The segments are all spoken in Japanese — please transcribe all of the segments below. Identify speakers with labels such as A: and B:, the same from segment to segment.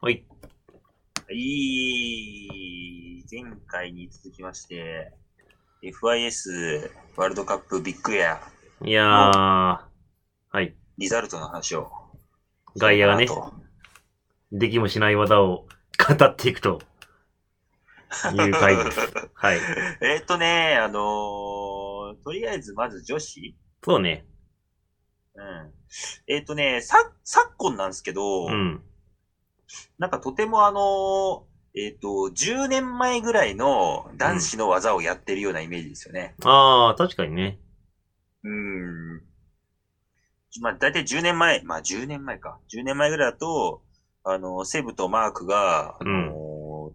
A: はい。
B: はい。前回に続きまして、FIS ワールドカップビッグエア、
A: いやー、はい。
B: リザルトの話を。
A: 外野がね
B: しようかなと
A: できもしない技を語っていくという回 です。はい。
B: えーっとね、あのーとりあえずまず女子。
A: そうね。
B: うん。えーっとね、さ、昨今なんですけど、
A: うん。
B: なんかとてもあのーえーっと、10年前ぐらいの男子の技をやってるようなイメージですよね。
A: あー、確かにね。
B: うん。まあ、だいたい10年前、まあ10年前か。10年前ぐらいだと、あの、セブとマークが、あ
A: うん
B: の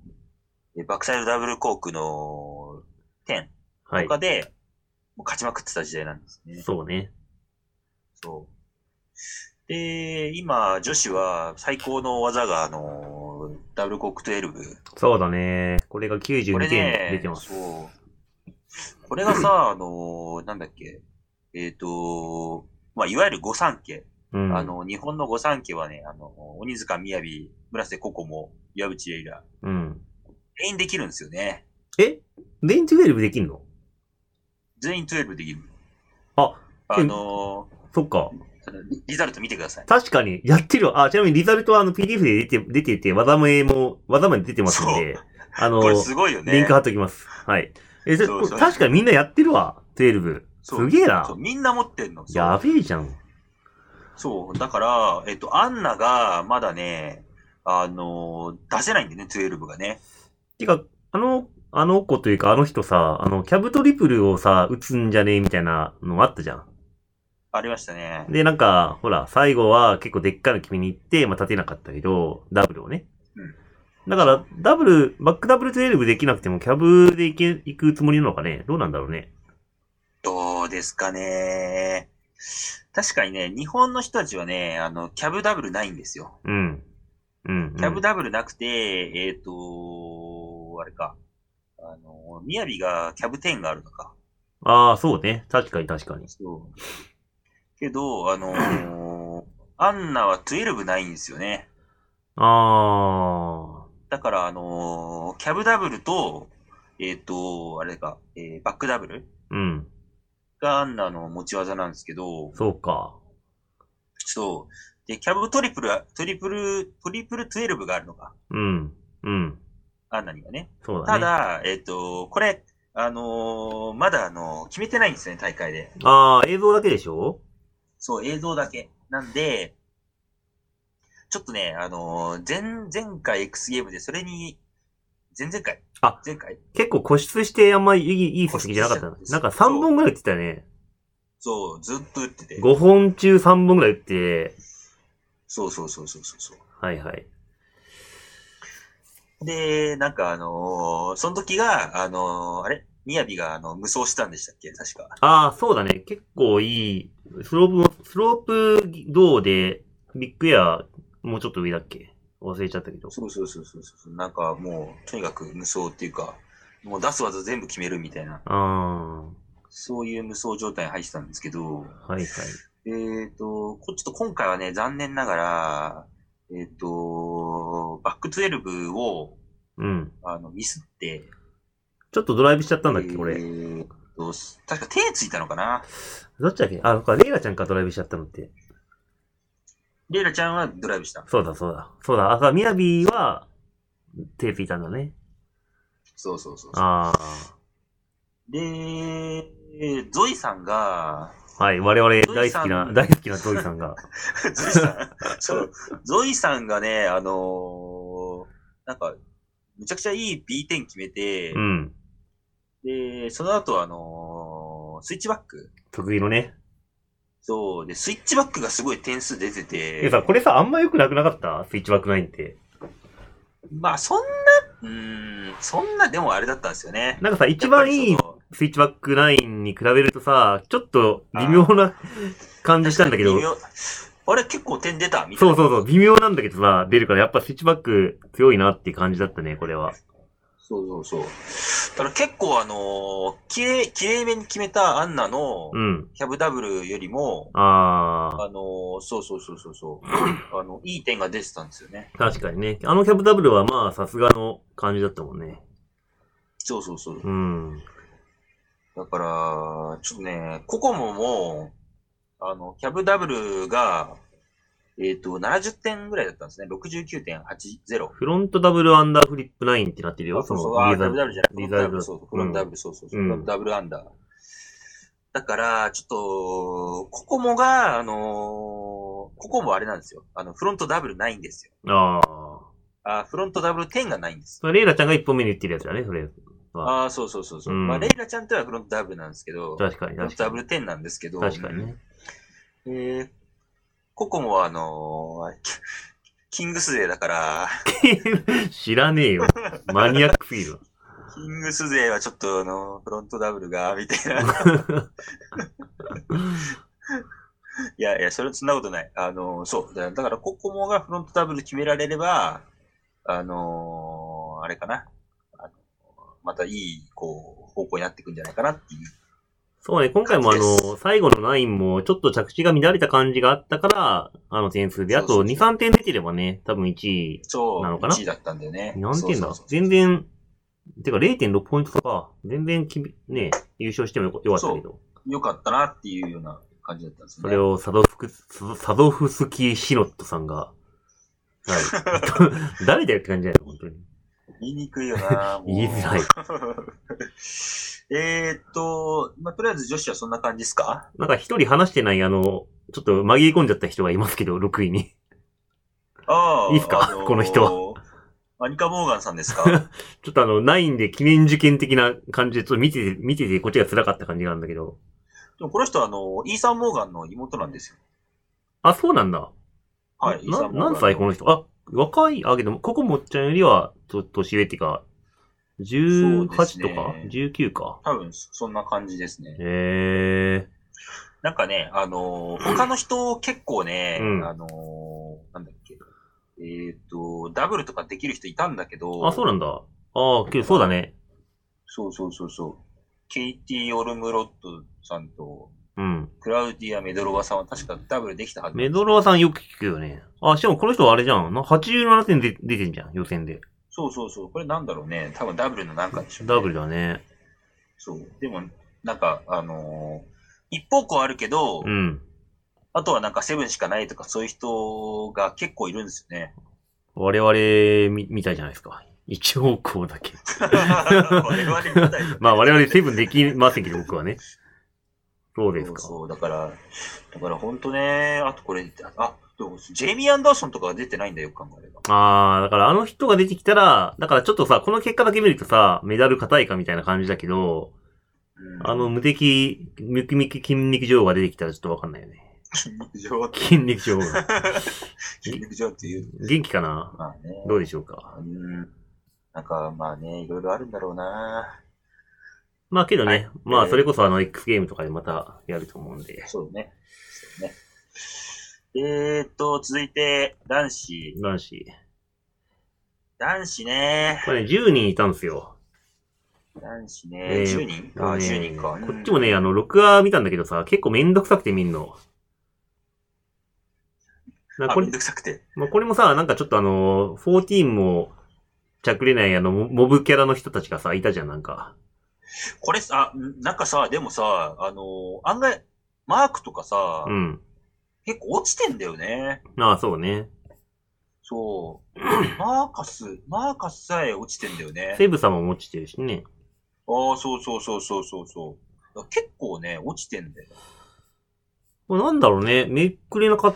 B: えバックサイドダブルコークの10
A: はい
B: と。かで、もう勝ちまくってた時代なんですね。
A: そうね。
B: そう。で、今、女子は最高の技が、あのダブルコーク12。
A: そうだね。これが92
B: これ
A: 点出
B: ね
A: て、ます。
B: そう。これがさ、あのなんだっけ、えっ、と、まあ、いわゆる御三家。
A: うん。
B: あの、日本の御三家はね、あの、鬼塚雅、村瀬ココも、岩渕エイラ、
A: うん。
B: 全員できるんですよね。
A: えレイン12できんの
B: 全員12できる。
A: あ、
B: あの
A: そっか。
B: ー、リザルト見てください。
A: 確かに、やってるわ。あ、ちなみにリザルトはあの PDF で出て、出てて、技名も、技名で出てますんで、あの
B: こ、れすごいよね。
A: リンク貼っときます。はい。え、それ
B: そうそう
A: 確かにみんなやってるわ。12。す
B: そう
A: げえな
B: そう、。みんな持ってんの。そう
A: やべえじゃん。
B: そう、だから、えっと、アンナが、まだね、あのー、出せないんでね、12がね。
A: てか、あの、あの子というかあの人さ、あの、キャブトリプルをさ、打つんじゃねえみたいなのあったじゃん。
B: ありましたね。
A: で、なんか、ほら、最後は結構でっかいの決めに行って、まあ、立てなかったけど、ダブルをね。
B: うん
A: だから、ダブル、バックダブル12できなくても、キャブでいけ、行くつもりなのかねどうなんだろうね。
B: どうですかね。確かにね、日本の人たちはね、あの、キャブダブルないんですよ。
A: うん。うん、うん。
B: キャブダブルなくて、えっ、と、あれか。あの、みやびがキャブ10があるのか。
A: ああ、そうね。確かに確かに。
B: そう。けど、あのーアンナは12ないんですよね。
A: あ
B: だから、あのーキャブダブルと、えっ、と、あれか、えーバックダブル
A: あ、うん。
B: がアンナの持ち技なんですけど、
A: そうか。
B: そう。で、キャブトリプル、トリプル、トリプル12があるのか。
A: うん。うん。
B: アンナにはね。
A: そうだ
B: た
A: ね。
B: だ、えっ、と、これ、あのーまだ、あのー決めてないんですね、大会で。
A: ああ、映像だけでしょ
B: そう、映像だけ。なんで、ちょっとね、あのー前、前回 X ゲームで、それに、前々回
A: あ
B: 前回
A: 結構固執してあんまいい、いい成績じゃなかった
B: 固執しちゃ
A: な。な
B: うんん
A: か
B: です
A: 3本ぐらい打ってたよね。
B: そう、ずっと言ってて。
A: 5本中3本ぐらい打って、
B: そうそうそうそうそうそ
A: はいはい。
B: う。で、なんかあのーその時が、あのーあれみやびが、あの、無双したんでしたっけ確か。
A: ああ、そうだね。結構いい。スロープ、スロープ銅で、ビッグエア、もうちょっと上だっけ忘れちゃったけど。
B: そうそうそうそうそう。なんかもう、とにかく無双っていうか、もう出す技全部決めるみたいな、
A: ああ、は
B: そういう無双状態に入ってたんですけど、
A: いはい。
B: えっ、と、こちょっと今回はね、残念ながら、えっ、と、バック12を
A: うん。
B: あのミスって、
A: ちょっとドライブしちゃったんだっけ、こ
B: え
A: れ。
B: ーと確か手ついたのかな
A: どっちだっけあ、そっか、レイラちゃんからドライブしちゃったのって。
B: レイラちゃんはドライブした。
A: そうだそうだ。そうだ。あ、さ、みやびは、手ついたんだね。
B: そうそうそうそう。
A: あ
B: で、ゾイさんが、
A: あ。はい。我々
B: ゾ
A: 大
B: イ
A: 好
B: さ
A: き
B: ん
A: な、大好きなゾイさんが。
B: ゾイさん、 そう、ゾイさんがね、あのーなんか、むちゃくちゃいい B 点決めて、
A: うん。
B: で、その後、あのースイッチバック。
A: 得意のね。
B: そう、で、スイッチバックがすごい点数出てて、
A: え、さ、これさ、あんま良くなくなかったスイッチバックナインって。
B: まあ、そんな、うーん、そんな、でもあれだったんですよね。
A: なんかさ、一番い
B: や
A: い
B: っぱりその
A: スイッチバックナインに比べるとさ、ちょっと微妙な感じしたんだけど
B: 微、妙あれ、結構点出たみたい
A: そ
B: な。
A: うそうそう、微妙なんだけどさ、出るからやっぱスイッチバック強いなっていう感じだったね、これは。
B: そうそうそう。から結構あのー、きれい、きれいめに決めたアンナの
A: うん。
B: キャブダブルよりも、
A: あ
B: あのー、そうそうそうそう そう、あの、いい点が出てたんですよね。
A: ー、確かにね。あのキャブダブルはまあ、さすがの感じだったもんね。
B: そうそうそう。
A: うん。
B: だから、ちょっとね、ココモも、あの、キャブダブルが、えっ、と、70点ぐらいだったんですね。69.80。
A: フロントダブルアンダーフリップ9ってなってるよ。
B: あそう
A: の
B: そう、あー、
A: リザ
B: ダブルダブルじゃなくて、
A: リ
B: フ
A: ザ
B: ロントダブル、
A: ー
B: そ
A: ブ
B: うそう、フロントダブル、そうそう、フ
A: うん
B: ロントダブルアンダー。だから、ちょっと、ココモが、あのーココモはあれなんですよ。あの、フロントダブルないんですよ。
A: ああ。
B: あー、フロントダブル10がないんです。
A: それレイラちゃんが一本目に言ってるやつだね、それ。は
B: ああ、そうそうそうそう。
A: うん
B: まあ、レイラちゃんとはフロントダブルなんですけど、フ
A: 確かに、
B: ロント
A: 確
B: ダ
A: か
B: ブ
A: に。
B: ル10なんですけど、
A: 確かにね。
B: えー、ココモはあのーキキングスデーだから、
A: 知らねえよ。マニアックすぎるわ。
B: キングスデーはちょっとあの、フロントダブルが、みたいな。いやいや、それ、そんなことない。あのーそう。だだから、ココモがフロントダブル決められれば、あのーあれかな。あのまたいい、こう、方向になっていくんじゃないかなっていう。
A: そうね、今回もあ
B: 勝ち
A: の、最後のラインもちょっと着地が乱れた感じがあったから、あの点数で、あ
B: そうそ
A: と
B: うそう
A: 2、3点出てればね、多分1位、
B: そう、
A: なのかな
B: 1位だったんだよね。
A: 何点
B: そう
A: だ
B: そうそう
A: 全然、てか0.6ポイントとか、全然きび、ね、優勝してもよかよかったけど、
B: よかったなっていうような感じだったんですよ
A: そ
B: ね。
A: れをサドフク、ササドフスキー・シロットさんが、はい、 誰だよって感じだよ、本当に。
B: 言いにくいよな
A: 言いづらい。
B: えーっと、まあ、とりあえず女子はそんな感じですか
A: なんか一人話してない、あの、ちょっと紛れ込んじゃった人がいますけど、6位に。
B: ああ。
A: いいっすかこの人
B: は。アニカ・モーガンさん ですか
A: ちょっとあの、ないんで記念受験的な感じで、ちょっと見てて、見ててこっちが辛かった感じがあるんだけど。
B: でもこの人は、あの、イーサン・モーガンの妹なんですよ。
A: あ、そうなんだ。
B: はい。イーサ
A: な
B: ンモーガン
A: 何歳この人あ、若い、あ、けど、ここもっちゃんよりは、と、年上っていうか、
B: そう
A: 18と
B: です
A: か、
B: ね
A: ?19 か。
B: 多分、そんな感じですね。
A: へえ
B: なんかね、あのー他の人結構ね、
A: うん
B: あのーなんだっけ、えーっ、と、ダブルとかできる人いたんだけど、
A: あ、そうなんだ。ああ、けど、そうだね。
B: そうそうそうそう。ケイティ・オルムロットさんと、
A: うん。
B: クラウディア・メドロワさんは確かダブルできたはず。
A: メドロワさんよく聞くよね。あ、しかもこの人はあれじゃん。な87点で出てんじゃん、予選で。
B: そうそうそう。これなんだろうね。多分ダブルのなんかでしょ、
A: ダブル。だね。
B: そう。でも、なんか、あのー一方向あるけど、
A: うん。
B: あとはなんかセブンしかないとかそういう人が結構いるんですよね。
A: 我々み、みたいじゃないですか。一方向だけ。
B: 我々みたいな
A: まあ我々セブンできませんけど、僕はね。そうですか。
B: そうそう、だから、だから本当ね、あとこれ、あ、でもジェイミー・アンダーソンとかは出てないんだよ、よく考えれば。
A: ああ、だからあの人が出てきたら、だからちょっとさ、この結果だけ見るとさ、メダル硬いかみたいな感じだけど、
B: うん
A: あの、無敵、ムキムキ筋肉女王が出てきたらちょっとわかんないよね。
B: 筋肉場、
A: 筋肉女王が。
B: 筋肉場っていう。
A: 元気かな
B: まあね。
A: どうでしょうか。
B: うん。なんか、まあね、いろいろあるんだろうな。
A: まあけどね、
B: はい
A: ま
B: え
A: あ
B: ー
A: それこそあの X ゲームとかでまたやると思うんで。
B: そうね。そうね。えーっと、続いて、男子。
A: 男子。
B: 男子ね。
A: これね、10人いたんですよ。
B: 男子ね。
A: えー
B: 10人あ、
A: あのね
B: 10人か。
A: こっちもね、あの、録画見たんだけどさ、結構めんどくさくて見んの。
B: う、
A: なんん
B: あ、
A: かこ
B: め
A: れ
B: んどくさくて。
A: まあ、これもさ、なんかちょっとあの、14も、ちゃくれないあの、モモブキャラの人たちがさ、いたじゃん、なんか。
B: これさ、なんかさ、でもさ、あの案外、マークとかさ、
A: うん。
B: 結構落ちてんだよね。
A: ああ、そうね。
B: そう。マーカス、マーカスさえ落ちてんだよね。
A: セブ様も落ちてるしね。
B: ああ、そうそうそうそうそうそう。だから結構ね、落ちてんだよ。
A: これなんだろうね。めくれなかっ、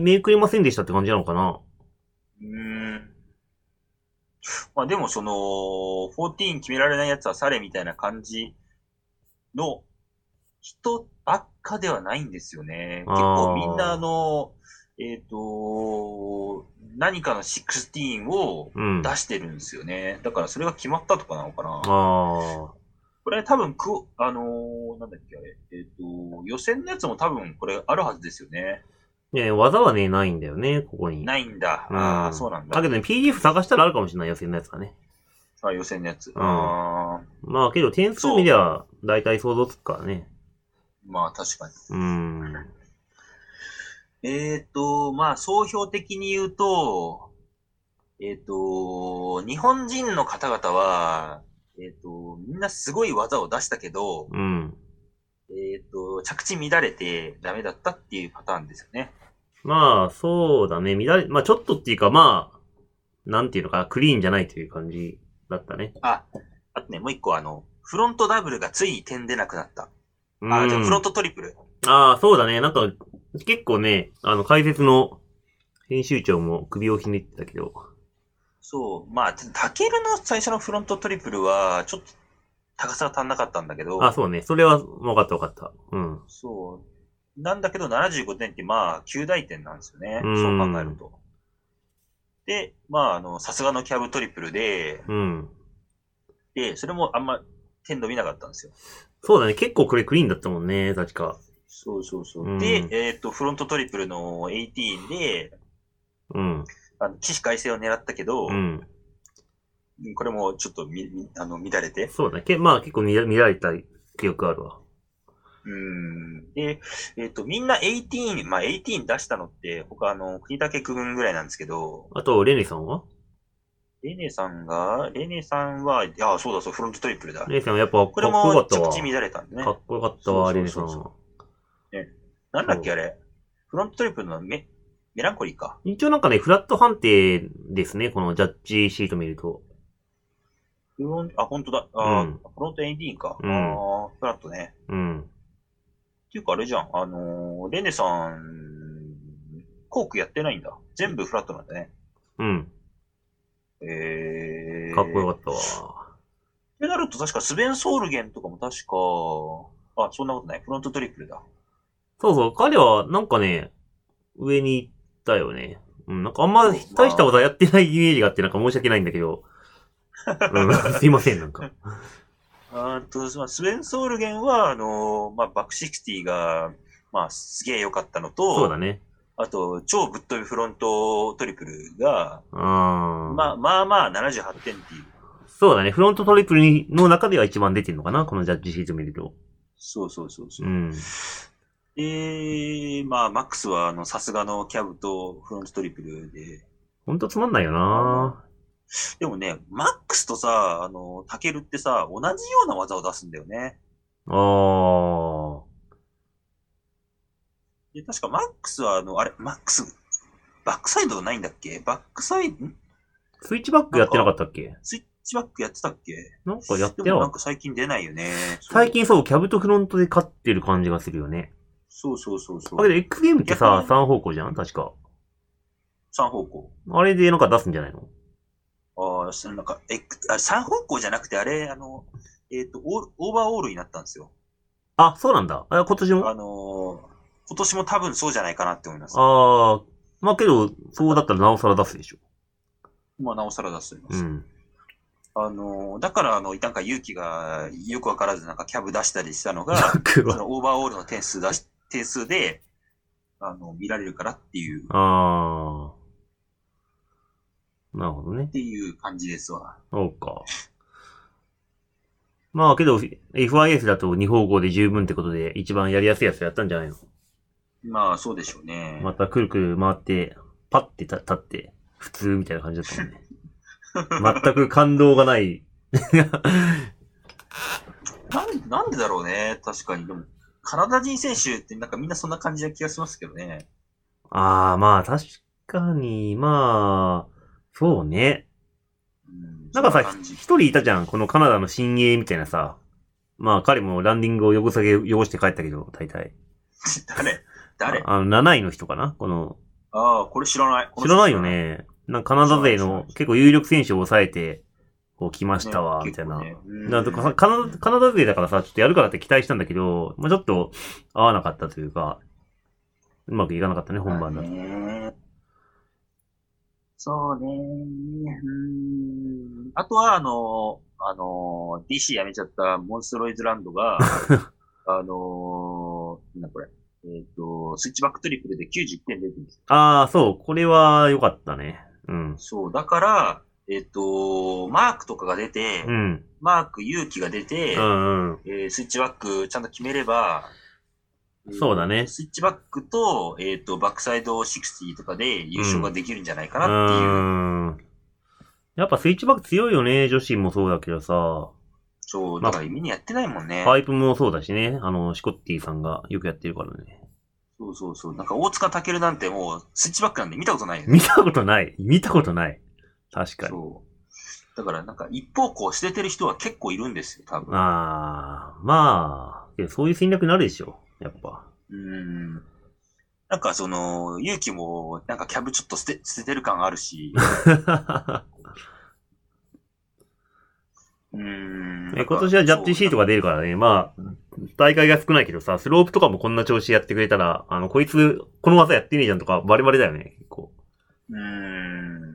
A: めくれませんでしたって感じなのかな。
B: うーん。まあでもその、14決められないやつはされみたいな感じの人ばっかではないんですよね。
A: あー
B: 結構みんなあの、えっ、と、何かの16を
A: うん。
B: 出
A: あ
B: してるんですよね。だからそれが決まったとかなのかな。
A: あ。
B: これ多分クオ、あのーなんだっけ、あれ、えっ、と、予選のやつも多分これあるはずですよね。
A: ね技はね、ないんだよね、ここに。い。
B: ないんだ。
A: うん
B: ああ、そうなんだ
A: だけ。どね、PDF 探したらあるかもしれないよ、そんなやつがね。
B: あ予選のやつ。
A: ん
B: あな。
A: まあけど点数見りゃ、だいたい想像つくからね。
B: まあ確かに。
A: うーん。
B: えっ、と、まあ総評的に言うと、えっ、と、日本人の方々は、えっ、と、みんなすごい技を出したけど、
A: うん。
B: えっ、と、着地乱れてダメだったっていうパターンですよね。
A: まあ、そうだね。乱れ、まあちょっとっていうか、まあ、なんていうのかな、クリーンじゃないという感じだったね。
B: あ、あとね、もう一個あの、フロントダブルがついに点出なくなった。
A: う
B: あ、じゃあ
A: ん
B: フロントトリプル。
A: ああ、そうだね。なんか、結構ね、あの、解説の編集長も首をひねってたけど。
B: そう、まあ、タケルの最初のフロントトリプルは、ちょっと高さが足んなかったんだけど、
A: あ、そうね。それは分かった分かった。うん。
B: そう。なんだけど、75点って、まあ、9大点なんですよね。
A: うん
B: そう考えると。で、まあ、あの、さすがのキャブトリプルで、
A: うん。
B: で、それもあんま点伸びなかったんですよ。
A: そうだね。結構これクリーンだったもんね、確か。
B: そうそうそう
A: うん
B: で、えっ、と、フロントトリプルの18で、
A: うん。
B: あの、起死回生を狙ったけど、
A: うん。
B: これもちょっとみ、みあの、乱れて。
A: そうだね。けまあ結構見ら見られた記憶あるわ。
B: うん。で、えっ、と、みんな18、まあ、18出したのって、他、あの、国武くんぐらいなんですけど、
A: あと、レネさんは
B: レネさんが、レネさんは、いや、そうだ、そう、フロントトリプルだ。
A: レネさんはやっぱかっ
B: こ
A: こ
B: れ
A: よか
B: も
A: った
B: 着
A: わ。
B: 地乱れたんでね
A: か。っこよかったわ、
B: そ
A: レ
B: う
A: ネさ
B: そ
A: ん
B: うそうそう
A: は。
B: なんだっけ、
A: そ
B: あれ。フロントトリプルのメメランコリーか。
A: 一応なんかね、フラット判定ですね。このジャッジシート見ると。
B: フロンあ、本当だ。あー、
A: うん
B: フロント AD か。
A: うん
B: ああ、フラットね。
A: うん。
B: っていうか、あれじゃん。あのーレネさん、コークやってないんだ。全部フラットなんだね。
A: うん。
B: えー。
A: かっこよ
B: っ
A: かったわ。
B: てなると、確かスベン・ソールゲンとかも確か、あ、そんなことない。フロントトリプルだ。
A: そうそう、彼はなんかね、上に行ったよね。うん、なんかあんま大したことはやってないイメージがあって、なんか申し訳ないんだけど。 うん、すいません、なんか。
B: あーと、まあスベン・ソールゲンは、あのーまあ、バックシクティが、まあ、すげえ良かったのと、
A: そうだね。
B: あと、超ぶっ飛びフロントトリプルが、
A: あー
B: まあまあまあ78点っていう。
A: そうだね。フロントトリプルにの中では一番出てるのかなこのジャッジシート見ると。
B: そうそうそうそうう。
A: ん。
B: で、まあ、マックスは、あの、さすがのキャブとフロントトリプルで。
A: ほんとつまんないよな
B: でもね、マックスとさ、あの、タケルってさ、同じような技を出すんだよね。
A: あー。
B: で、確かマックスは、あの、あれ、マックス、バックサイドないんだっけバックサイド、ん
A: スイッチバックやってなかったっけ
B: スイッチバックやってたっけ
A: なんかやって
B: で
A: な
B: も
A: か
B: な
A: っ
B: ん
A: た。
B: か最近出ないよね。
A: 最近そう、キャブとフロントで勝ってる感じがするよね。
B: そうそうそうそ
A: だけど
B: う。
A: X ゲームって
B: 逆
A: さ
B: に、
A: 3方向じゃん確か。
B: 3方向。
A: あれでなんか出すんじゃないの
B: ああ、そのなんか、え、あれ、三方向じゃなくて、あれ、あの、えっ、とオール、オーバーオールになったんですよ。
A: あ、そうなんだ。あ今年も
B: あのー今年も多分そうじゃないかなって思います。
A: ああ、まあけど、そうだったらなおさら出すでしょ。
B: まあ、なおさら出してます。
A: うん。
B: あのーだから、あの、なんか勇気がよくわからず、なんかキャブ出したりしたのが、
A: く
B: そ。のオーバーオールの点数出し、点数で、あの、見られるからっていう、っ
A: ああ。なるほどね。
B: ていう感じですわ。
A: そうか。まあけど、FIS だと2方向で十分ってことで、一番やりやすいやつやったんじゃないの
B: まあ、そうでしょうね。
A: またくるくる回って、パッて立立って、普通みたいな感じだったもんね。全く感動がない。
B: なん、なんでだろうね。確かに。でも、カナダ人選手ってなんかみんなそんな感じな気がしますけどね。
A: ああ、まあ確かに、まあ、そうね。なんかさ、ひ一人いたじゃん、このカナダの新鋭みたいなさ。まあ彼もランディングを汚さげ、汚して帰ったけど、大体。
B: 誰誰
A: あの、7位の人かなこの、
B: ああ、これ知らない。この
A: 知
B: 人
A: らないよ。ね。なんかカナダ勢
B: 知らない知らな
A: の
B: い
A: 結構有力選手を抑えて、こう来ま
B: ね
A: したわ、みたいな。
B: 結構ね
A: なんとかさカナダ、カナダ勢だからさ、ちょっとやるからって期待したんだけど、まあちょっと合わなかったというか、うまくいかなかったね、本番だと。
B: ねそうね。うん。あとは、あの、あの、DC 辞めちゃったモンストロイズランド が、あの、なんだこれ。えっ、と、スイッチバックトリプルで90点出てるんですよ
A: ああ、そう、これは良かったね。うん。
B: そう、だから、えっと、マークとかが出て、
A: うん。
B: マーク勇気が出て、
A: うんうん。
B: えースイッチバックちゃんと決めれば、
A: そうだね
B: スイッチバックと、えっ、と、バックサイド60とかで優勝ができるんじゃないか
A: う
B: なっていう。
A: ーん。やっぱスイッチバック強いよね。女子もそうだけどさ。
B: そう、
A: まあ
B: だから意味にやってないもんね。
A: パイプもそうだしね。あの、シコッティさんがよくやってるからね。
B: そうそうそう。なんか大塚健なんてもう、スイッチバックなんで見たことないよね。
A: 見たことない。見たことない。確かに。
B: そう。だからなんか一方向捨ててる人は結構いるんですよ、多分。
A: あー、まあ、けどそういう戦略になるでしょ。やっぱ。
B: うん。なんかその、勇気も、なんかキャブちょっと捨て、捨ててる感ある し。うん。
A: え今年はジャッジシートが出るからね、まあ、大会が少ないけどさ、スロープとかもこんな調子やってくれたら、あの、こいつ、この技やってねえじゃんとか、バレバレだよね、結構。
B: うーん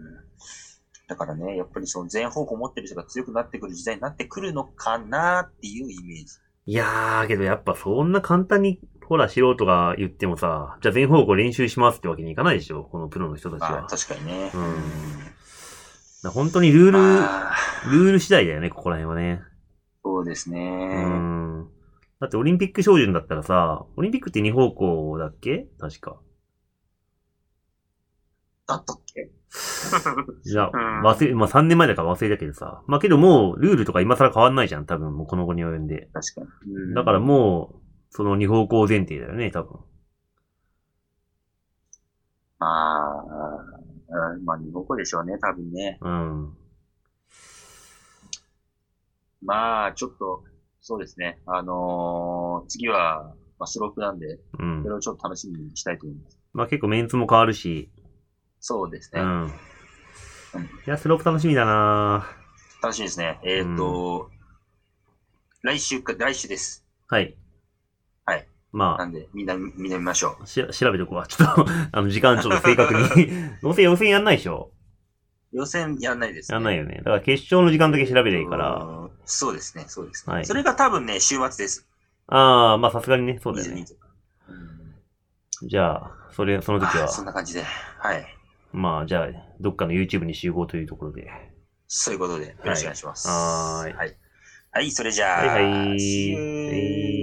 B: だからね、やっぱりその全方向持ってる人が強くなってくる時代になってくるのかなっていうイメージ。
A: いやー、けどやっぱそんな簡単に、ほら、素人が言ってもさ、じゃあ全方向練習しますってわけにいかないでしょ、このプロの人たち
B: まあ、
A: は。だか
B: 確かにね。
A: うんら本当にルール、
B: まあ、
A: ルール次第だよね、ここら辺はね。
B: そうです
A: う
B: ね。
A: ん。だってオリンピック標準だったらさ、オリンピックって2方向だっけ確か。
B: だったっけ
A: いや、
B: うん
A: 忘れ、まあ3年前だから忘れたけどさ。まあけどもう、ルールとか今更変わんないじゃん、多分、もうこの後に及んで。
B: 確かに。うん
A: だからもう、その二方向前提だよね、多分。
B: まあ、うんまあ、日本語でしょうね、多分ね。
A: うん。
B: まあ、ちょっと、そうですね。あのー次は、まあ、スロープなんで、
A: う
B: そ
A: ん
B: れ。をちょっと楽しみにしたいと思います。
A: まあ結構メンツも変わるし。
B: そうです
A: う
B: ね。
A: ん。いや、スロープ楽しみだな
B: 楽しみですね。えっ、と、来週か、来週です。
A: はい。
B: はい。な
A: ま
B: んで、みんな、みんな見ましょう。
A: あ、し、調べとくわ。ちょっと、 あの、時間ちょっと正確 に。どうせ予選やんないでしょ
B: 予選やんないです、ね。
A: やんない
B: よ。
A: よね。だから決勝の時間だけ調べりゃいいから。。
B: そうですね、そうですね。
A: はい
B: それが多分ね、週末です。
A: ああ、まあさすがにね、そうだよ
B: 22
A: ね。
B: とか。うん
A: じゃあ、それ、その時
B: あ
A: は、
B: そんな感じで。はい。
A: まあじゃあ、どっかの YouTube に集合というところで。
B: そういうことで、よろしくお願いします。
A: はいはーい
B: はい。はい、それじゃあ、
A: はいは
B: See
A: い
B: you